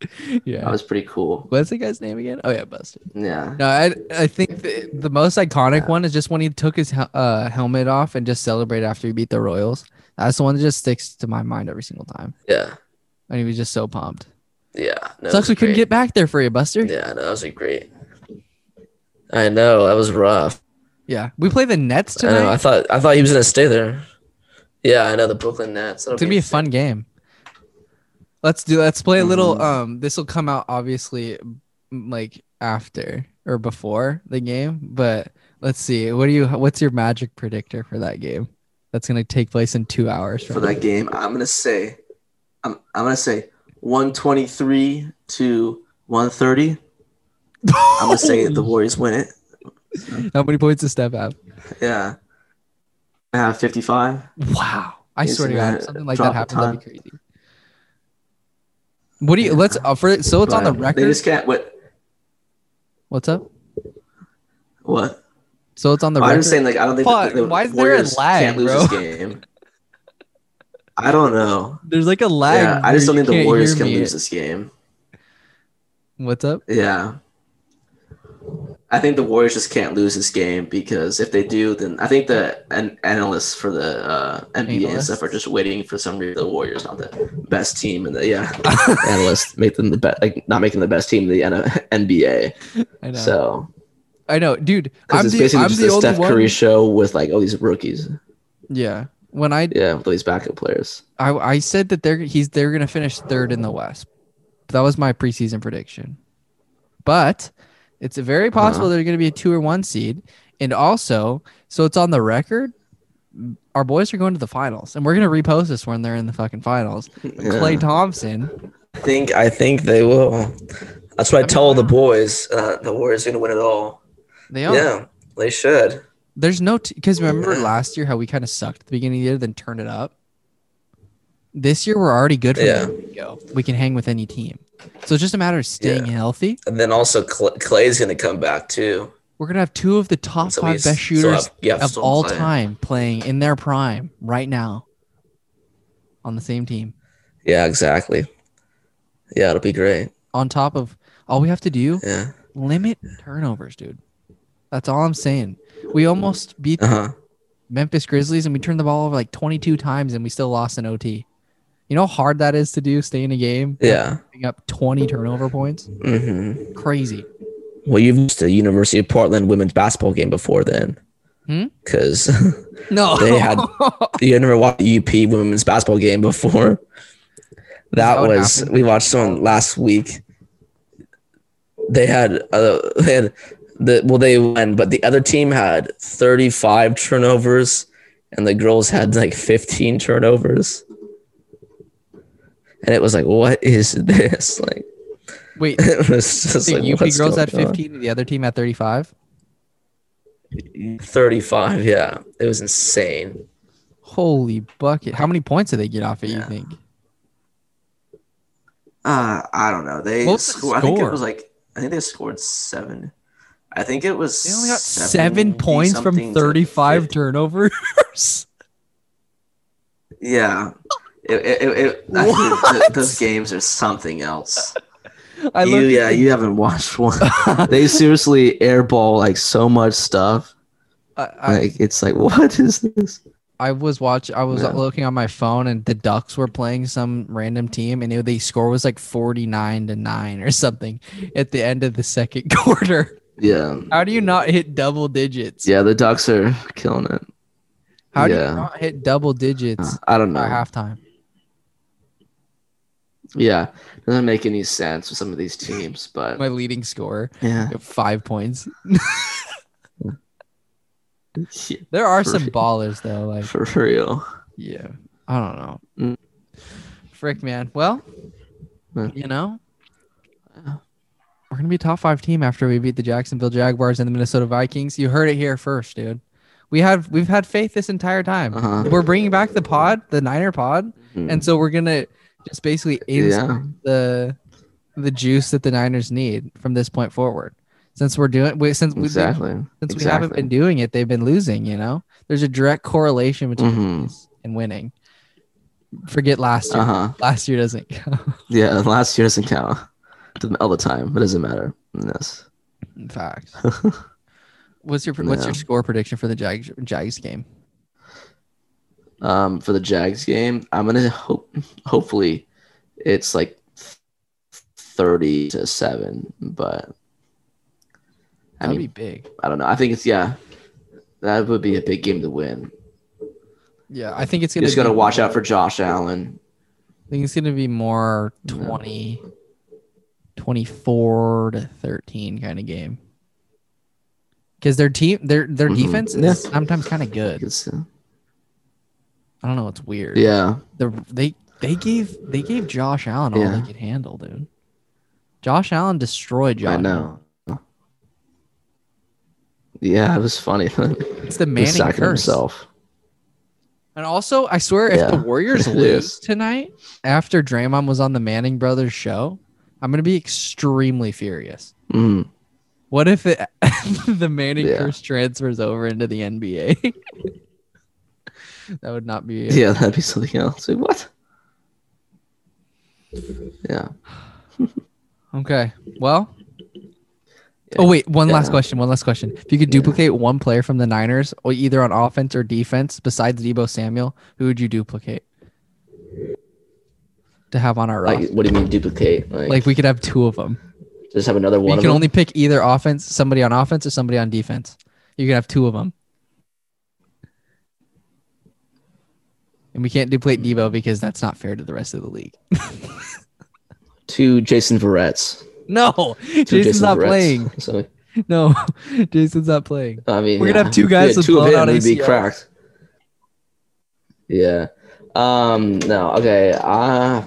S2: That
S1: Yeah.
S2: was pretty cool.
S1: What's the guy's name again? Oh yeah, Buster.
S2: Yeah.
S1: No, I I think the, the most iconic
S2: Yeah.
S1: one is just when he took his hel- uh, helmet off and just celebrated after he beat the Royals. That's the one that just sticks to my mind every single time.
S2: Yeah.
S1: And he was just so pumped.
S2: Yeah. No,
S1: Sucks we couldn't get back there for you, Buster. Yeah.
S2: Yeah, no, that was a great. I know that was rough.
S1: we play the Nets
S2: I know.
S1: tonight.
S2: I thought I thought he was gonna stay there. Yeah, I know the Brooklyn Nets. That'll
S1: it's gonna be a fun game. Let's do. Let's play a little.
S2: Mhm.
S1: Um, this will come out obviously, m- like after or before the game. But let's see. What do you? What's your magic predictor for that game? That's gonna take place in two hours from
S2: for that game. I'm gonna say, I'm I'm gonna say 123 to 130.
S1: now.
S2: I'm gonna say the Warriors win it.
S1: <laughs> How many points does Steph have?
S2: Yeah. I have 55.
S1: Wow. I
S2: Yes,
S1: swear to God,
S2: man.
S1: if something like
S2: Drop
S1: that
S2: the
S1: happens, that'd be crazy. What do you?
S2: Yeah.
S1: Let's uh, for so it's on the
S2: But They
S1: record.
S2: just can't. What?
S1: What's up?
S2: What?
S1: So it's on the
S2: Oh, I'm
S1: record.
S2: just saying, like, I don't think
S1: Fuck,
S2: the, the
S1: why is there a
S2: Warriors
S1: lag,
S2: can't lose this game. I don't know.
S1: There's like a lag.
S2: yeah, I
S1: where
S2: just don't
S1: you
S2: think the
S1: can't
S2: Warriors
S1: hear
S2: can
S1: me.
S2: lose this game.
S1: What's up?
S2: Yeah. I think the Warriors just can't lose this game because if they do, then I think the an- analysts for the uh, NBA and stuff are just waiting for some reason. The Warriors not the best team, and the yeah, <laughs> analysts make them the best, like not making the best team in the N- NBA.
S1: I know.
S2: So
S1: I know, dude.
S2: because
S1: I'm
S2: it's
S1: the,
S2: basically
S1: I'm
S2: just
S1: the
S2: a
S1: only
S2: Steph
S1: one.
S2: Curry show with like all these rookies,
S1: Yeah. When I,
S2: yeah, with all these backup players.
S1: I I said that they're he's they're gonna finish third in the West. That was my preseason prediction. But it's very possible
S2: Uh-huh.
S1: they're gonna be a two or one seed. And also, so it's on the record. Our boys are going to the finals, and we're gonna repost this when they're in the fucking finals.
S2: Yeah.
S1: Clay Thompson.
S2: I think I think they will. That's what I,
S1: mean,
S2: tell
S1: why
S2: the
S1: not?
S2: boys. Uh, the Warriors gonna win it all.
S1: They
S2: Yeah,
S1: are.
S2: they should.
S1: There's no because remember
S2: Yeah.
S1: last year how we kind of sucked at the beginning of the year, then turned it up. This year we're already good. From
S2: Yeah.
S1: the go. We can hang with any team, so it's just a matter of staying healthy.
S2: And then also Cl- Clay's gonna come back too.
S1: We're gonna have two of the top
S2: So we
S1: five best
S2: still
S1: shooters
S2: have- yeah,
S1: of
S2: still
S1: all
S2: playing.
S1: time playing in their prime right now on the same team.
S2: Yeah, exactly. Yeah, it'll be great.
S1: On top of all we have to do,
S2: Yeah.
S1: limit turnovers, dude. That's all I'm saying. We almost beat
S2: Uh huh.
S1: Memphis Grizzlies and we turned the ball over like 22 times and we still lost in OT. You know how hard that is to do, stay in a game,
S2: Yeah.
S1: picking up 20 turnover points?
S2: Mm-hmm.
S1: Crazy.
S2: Well, you've missed the University of Portland women's basketball game before then.
S1: Hmm?
S2: Because
S1: No.
S2: They had- you never watched the UP women's basketball game before. That
S1: that what
S2: was
S1: happened?
S2: we watched one last week. They had uh, they had the well they won, but the other team had thirty five turnovers, and the girls had like fifteen turnovers. And it was like, what is this? <laughs> Like
S1: <laughs>
S2: <laughs>
S1: Wait,
S2: it was just
S1: the
S2: like
S1: UP
S2: what's
S1: girls
S2: going
S1: had
S2: on?
S1: 15 and the other team had 35?
S2: 35, Yeah, it was insane.
S1: Holy bucket. How many points did they get off it, you
S2: Yeah.
S1: think?
S2: Uh, I don't know. They
S1: What was the
S2: sco- I think it
S1: score?
S2: was like I think they scored seven. I think it was
S1: They only got seven points from
S2: 70-something to
S1: 35
S2: 50.
S1: turnovers. <laughs>
S4: Yeah. It, it, it, it- I think th- those games are something else.
S1: I
S4: you,
S1: looked-
S4: yeah, you haven't watched
S1: <laughs>
S4: one. they seriously airball like so much stuff.
S1: I, I,
S4: Like it's like, <laughs> what is this?
S1: I was watch. I was
S4: Yeah.
S1: looking on my phone, and the Ducks were playing some random team, and it, the score was like forty nine to nine or something at the end of the second <laughs> quarter.
S4: Yeah,
S1: How do you not hit double digits?
S4: yeah, the Ducks are killing it.
S1: How do
S4: yeah. Uh,
S1: you not hit double digits
S4: I don't
S1: at
S4: know.
S1: halftime?
S4: yeah, doesn't make any sense with some of these teams, but
S1: My leading
S4: <laughs>
S1: scorer, <laughs>
S4: yeah,
S1: five points.
S4: Yeah,
S1: There are
S4: For
S1: some
S4: real.
S1: ballers though. Like
S4: for real.
S1: Yeah. I don't know.
S4: Mm.
S1: Frick, man. Well,
S4: Yeah.
S1: you know,
S4: Yeah.
S1: we're going to be a top five team after we beat the Jacksonville Jaguars and the Minnesota Vikings. You heard it here first, dude. We have we've had faith this entire time.
S4: Uh-huh.
S1: We're bringing back the pod, the Niner pod,
S4: Hmm.
S1: and so we're gonna just basically insert
S4: yeah,
S1: the the juice that the Niners need from this point forward. Since we're doing, we, since we since
S4: exactly.
S1: we haven't
S4: exactly.
S1: been doing it, they've been losing. You know, there's a direct correlation between
S4: Mhm.
S1: is and winning. Forget last year.
S4: Uh huh.
S1: Last year doesn't count.
S4: Yeah, <laughs> last year doesn't count. All the time, it doesn't matter. Yes.
S1: In fact,
S4: <laughs>
S1: what's your what's
S4: Yeah.
S1: your score prediction for the Jag, Jags game?
S4: Um, for the Jags game, I'm gonna hope. Hopefully, it's like thirty to seven, but I
S1: That'd
S4: mean,
S1: be big.
S4: I don't know. I think it's yeah. That would be a big game to win.
S1: Yeah, I think it's
S4: You
S1: gonna.
S4: just gotta
S1: be
S4: watch out
S1: more-
S4: for Josh Allen.
S1: I think it's gonna be more
S4: Yeah.
S1: 20, 24 to thirteen kind of game. Because their team, their their
S4: Mhm.
S1: defense is
S4: Yeah.
S1: sometimes kind of good.
S4: It's, uh,
S1: I don't know. It's weird.
S4: yeah,
S1: The, they they gave they gave Josh Allen all
S4: Yeah.
S1: they could handle, dude. Josh Allen destroyed Josh.
S4: I know. Yeah, it was funny. <laughs>
S1: It's the
S4: He's
S1: Manning curse.
S4: sacking himself.
S1: And also, I swear, if the
S4: Yeah, <laughs>
S1: Warriors
S4: it
S1: lose
S4: is.
S1: tonight after Draymond was on the Manning Brothers show, I'm gonna be extremely furious.
S4: Mm,
S1: What if it, <laughs> the Manning
S4: Yeah.
S1: curse transfers over into the NBA? <laughs> that would not be.
S4: yeah, that'd be something else. Like, what? Yeah.
S1: Okay. Well.
S4: Yeah.
S1: Oh wait, one last
S4: Yeah.
S1: question. One last question. If you could
S4: Yeah.
S1: duplicate one player from the Niners, or either on offense or defense, besides Debo Samuel, who would you duplicate to have on our roster?
S2: Like, what do you mean duplicate? Like,
S1: Like we could have two of them.
S2: just have another one
S1: you
S2: of
S1: can
S2: them.
S1: only pick either offense, somebody on offense, or somebody on defense. You can have two of them. And we can't duplicate
S2: Hmm.
S1: Debo because that's not fair to the rest of the league.
S2: Two Jason Verretts.
S1: <laughs> No,
S2: Two
S1: Jason's not
S2: Verretts.
S1: playing.
S2: <laughs> So
S1: No, <laughs> Jason's not playing.
S2: I mean,
S1: We're gonna
S2: yeah.
S1: have two guys
S2: Yeah,
S1: with
S2: two of
S1: blown
S2: him
S1: out
S2: would be
S1: ACLs.
S2: cracked. Yeah. Um. No. Okay. Uh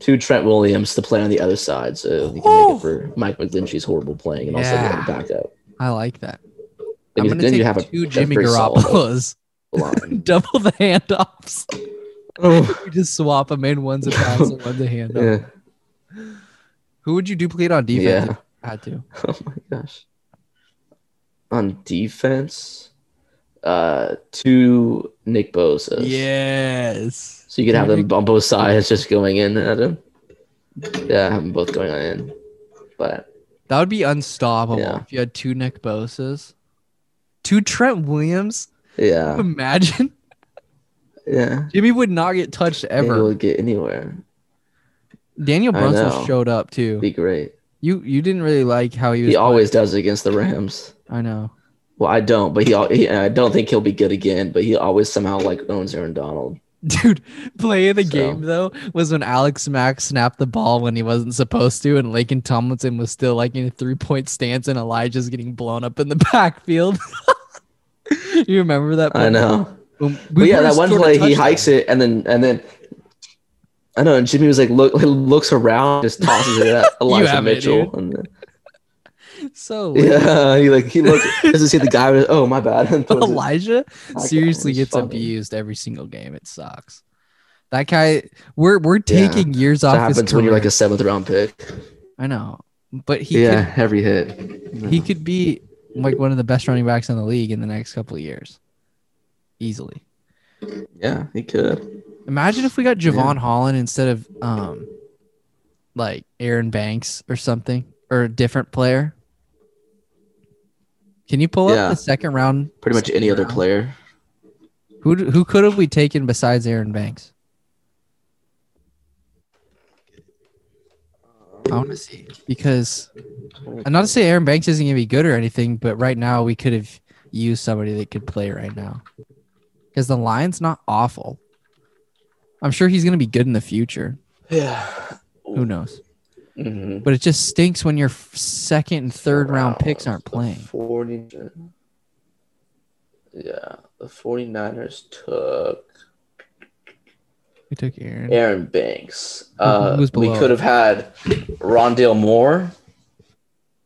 S2: Two Trent Williams to play on the other side, so you can
S1: Whoa.
S2: make it for Mike McGlinchey's horrible playing, and also
S1: Oh! Yeah.
S2: the backup.
S1: I like that.
S2: Then,
S1: I'm
S2: you,
S1: gonna
S2: then
S1: take
S2: you have a
S1: two
S2: a
S1: Jimmy
S2: pretty solid
S1: Garoppolo's, <laughs>
S2: line.
S1: double the handoffs. <laughs>
S2: <laughs>
S4: Oh,
S1: We just swap them in. One's a pass, and one's a handoff.
S4: yeah.
S1: Who would you duplicate on defense?
S4: Yeah.
S1: If you had to.
S2: <laughs> Oh my gosh. On defense, uh, two Nick Bosa.
S1: Yes.
S2: So you could have
S1: Two
S2: them on both sides just going in at him. Yeah, have them both going on in. But
S1: That would be unstoppable
S2: Yeah.
S1: if you had two Nick Bosa's, two Trent Williams.
S2: yeah,
S1: Imagine <laughs>
S2: yeah.
S1: Jimmy would not get touched
S2: Maybe
S1: ever.
S2: we'll get anywhere.
S1: Daniel
S2: I
S1: Brunson
S2: know.
S1: showed up too.
S2: Be great.
S1: You you didn't really like how he was.
S2: He always does it against the Rams.
S1: I know. <laughs>
S2: Well, I don't, but he, al- he I don't think he'll be good again. But he always somehow like owns Aaron Donald.
S1: Dude, play of the
S2: So.
S1: game though was when Alex Mack snapped the ball when he wasn't supposed to, and Lakin Tomlinson was still like in a three point stance, and Elijah's getting blown up in the <laughs> backfield. you remember that?
S2: I know.
S1: Boom.
S2: But
S1: We
S2: yeah,
S1: would've
S2: that one
S1: scored a
S2: play he
S1: touchdown.
S2: hikes it and then and then I know, and Jimmy was like look looks around, just tosses it
S1: <laughs>
S2: at Elijah
S1: have it,
S2: Mitchell.
S1: dude.
S2: and then,
S1: So late.
S2: yeah, he like he looked <laughs> doesn't see the guy. but, Oh my bad. <laughs> and throws it.
S1: Elijah
S2: That guy
S1: seriously
S2: is
S1: gets
S2: fucking-
S1: abused every single game. It sucks. That guy, we're we're
S2: Yeah.
S1: taking years
S2: That
S1: off. his
S2: happens when you're like a
S1: career.
S2: seventh round pick.
S1: I know, but he
S4: yeah, every hit.
S1: could, he could be like one of the best running backs in the league in the next couple of years, easily.
S4: Yeah, he could.
S1: Imagine if we got Javon Holland instead of um, like Aaron Banks or something or a different player. Can you pull
S4: Yeah.
S1: up the second round?
S4: Pretty much any other
S1: round?
S4: player.
S1: Who d- who could have we taken besides Aaron Banks? I want to see because and not to say Aaron Banks isn't gonna be good or anything, but right now we could have used somebody that could play right now because the line's not awful. I'm sure he's gonna be good in the future.
S4: Yeah.
S1: Who knows?
S2: Mm-hmm.
S1: But it just stinks when your f- second and third round picks aren't playing.
S2: Forty. Yeah, the 49ers took
S1: We took Aaron.
S2: Aaron Banks.
S1: Who-
S2: Uh,
S1: who's
S2: we
S1: below?
S2: could have had Rondale Moore.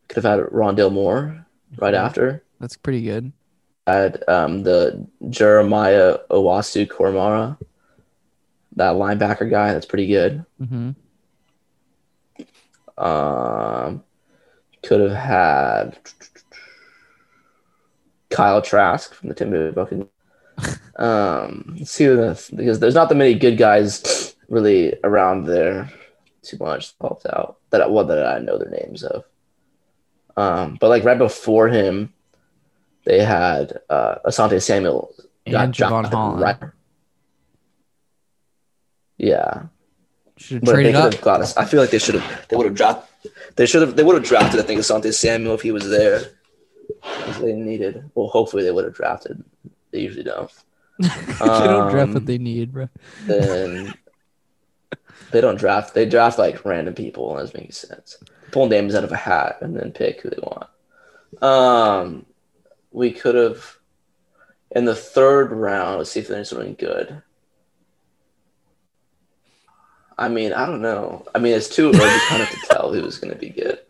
S2: Could have had Rondale Moore right after.
S1: That's pretty good.
S2: Had um, the Jeremiah Owasu Kormara, that linebacker guy. That's pretty good.
S1: hmm
S2: Um, could have had Kyle Trask from the Timberwolves. Buccaneers. um, let's see the, because there's not that many good guys really around there too much that popped out that well that I know their names of. Um, but like right before him, they had uh, Asante Samuel
S1: And Javon
S2: drafted
S1: Holland
S2: right- Yeah,
S1: should have
S2: but they
S1: traded up.
S2: could have got us. I feel like they should have. They would have dropped. They should have. They would have drafted. I think Asante Samuel if he was there. If they needed. Well, hopefully they would have drafted. They usually don't.
S1: <laughs> <laughs> they don't draft
S2: Um,
S1: what they need, bro.
S2: Then they don't draft. They draft like random people. and That makes sense. Pull names out of a hat and then pick who they want. Um, we could have in the third round. Let's see if there's something good. I mean, I don't know. I mean, it's too early kind of to tell who was going to be good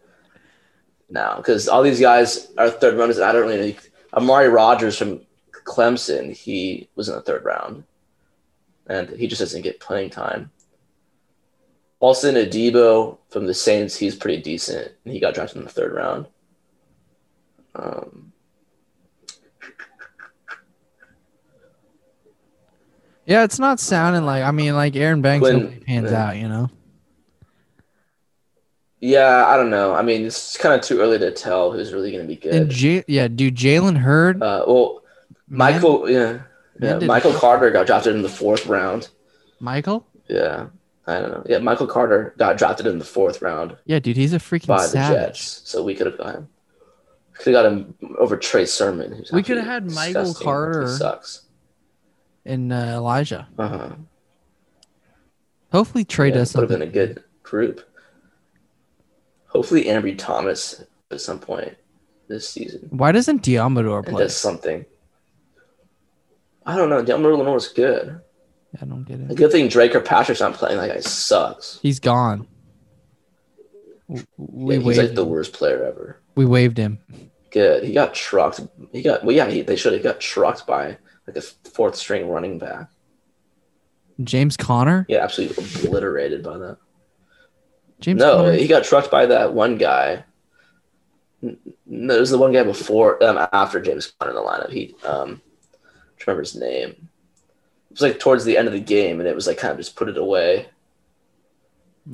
S2: now because all these guys are third rounders. and I don't really. Amari Rogers from Clemson. He was in the third round, and he just doesn't get playing time. Paulson Adebo from the Saints. He's pretty decent, and he got drafted in the third round. Um,
S1: Yeah, it's not sounding like. I mean, like Aaron Banks
S2: Quinn-
S1: hopefully pans
S2: yeah.
S1: out, you know.
S2: yeah, I don't know. I mean, it's kind of too early to tell who's really going to be
S1: And
S2: good.
S1: J- yeah, dude, Jalen Hurd,
S2: Uh, well,
S1: Man-
S2: Michael, yeah, yeah,
S1: Man did-
S2: Michael Carter got drafted in the fourth round.
S1: Michael.
S2: Yeah, I don't know. Yeah, Michael Carter got drafted in the fourth round
S1: Yeah, dude, he's a freaking
S2: by the
S1: savage.
S2: Jets, so we could have got him. Could have got him over Trey Sermon. who's
S1: We coulda
S2: absolutely
S1: had Michael
S2: disgusting.
S1: Carter.
S2: He sucks.
S1: And uh, Elijah.
S2: Uh-huh.
S1: Hopefully, Trey
S2: Yeah,
S1: does
S2: it would have
S1: something.
S2: been a good group. Hopefully, Ambry Thomas at some point this season
S1: Why doesn't Diamador
S2: and
S1: play?
S2: does something. I don't know. Delmar Lenore is good.
S1: I don't get
S2: The
S1: it.
S2: good thing Drake or Patrick's not playing. That guy sucks.
S1: He's gone. W- We
S2: Yeah, he's
S1: waved.
S2: like the worst player ever.
S1: we waved him.
S2: Good. He got trucked. He got well. Yeah, he, they should have got trucked by like a fourth string running back.
S1: James Connor.
S2: Yeah, absolutely obliterated by that.
S1: James.
S2: no,
S1: Conner?
S2: he got trucked by that one guy. N- No, it was the one guy before, um, after James Conner in the lineup. He, um, I remember his name. It was like towards the end of the game, and it was like kind of just put it away.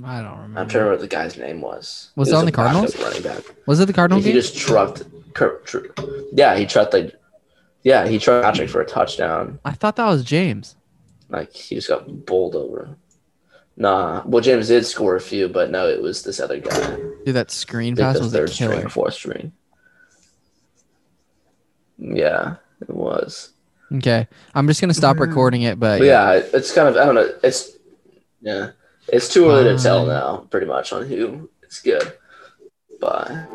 S1: I don't remember.
S2: I'm trying to remember what the guy's name was.
S1: Mm-hmm. Was it
S2: it
S1: on
S2: a
S1: the Cardinals?
S2: backup Running back.
S1: Was it the Cardinal
S2: he
S1: game?
S2: just trucked. Cur- tr- yeah, he trucked like. Yeah, he trucked Patrick for a touchdown.
S1: I thought that was James.
S2: Like he just got bowled over. Nah, well James did score a few, but no, it was this other guy.
S1: Dude, that screen
S2: think
S1: pass
S2: the
S1: was a
S2: third string
S1: killer.
S2: or fourth string. Yeah, it was.
S1: Okay, I'm just gonna stop
S4: Where-
S1: recording it, but
S2: Mm. But yeah, it's kind of I don't know. It's yeah, it's too early to tell
S1: Fine.
S2: now, pretty much on who is good. But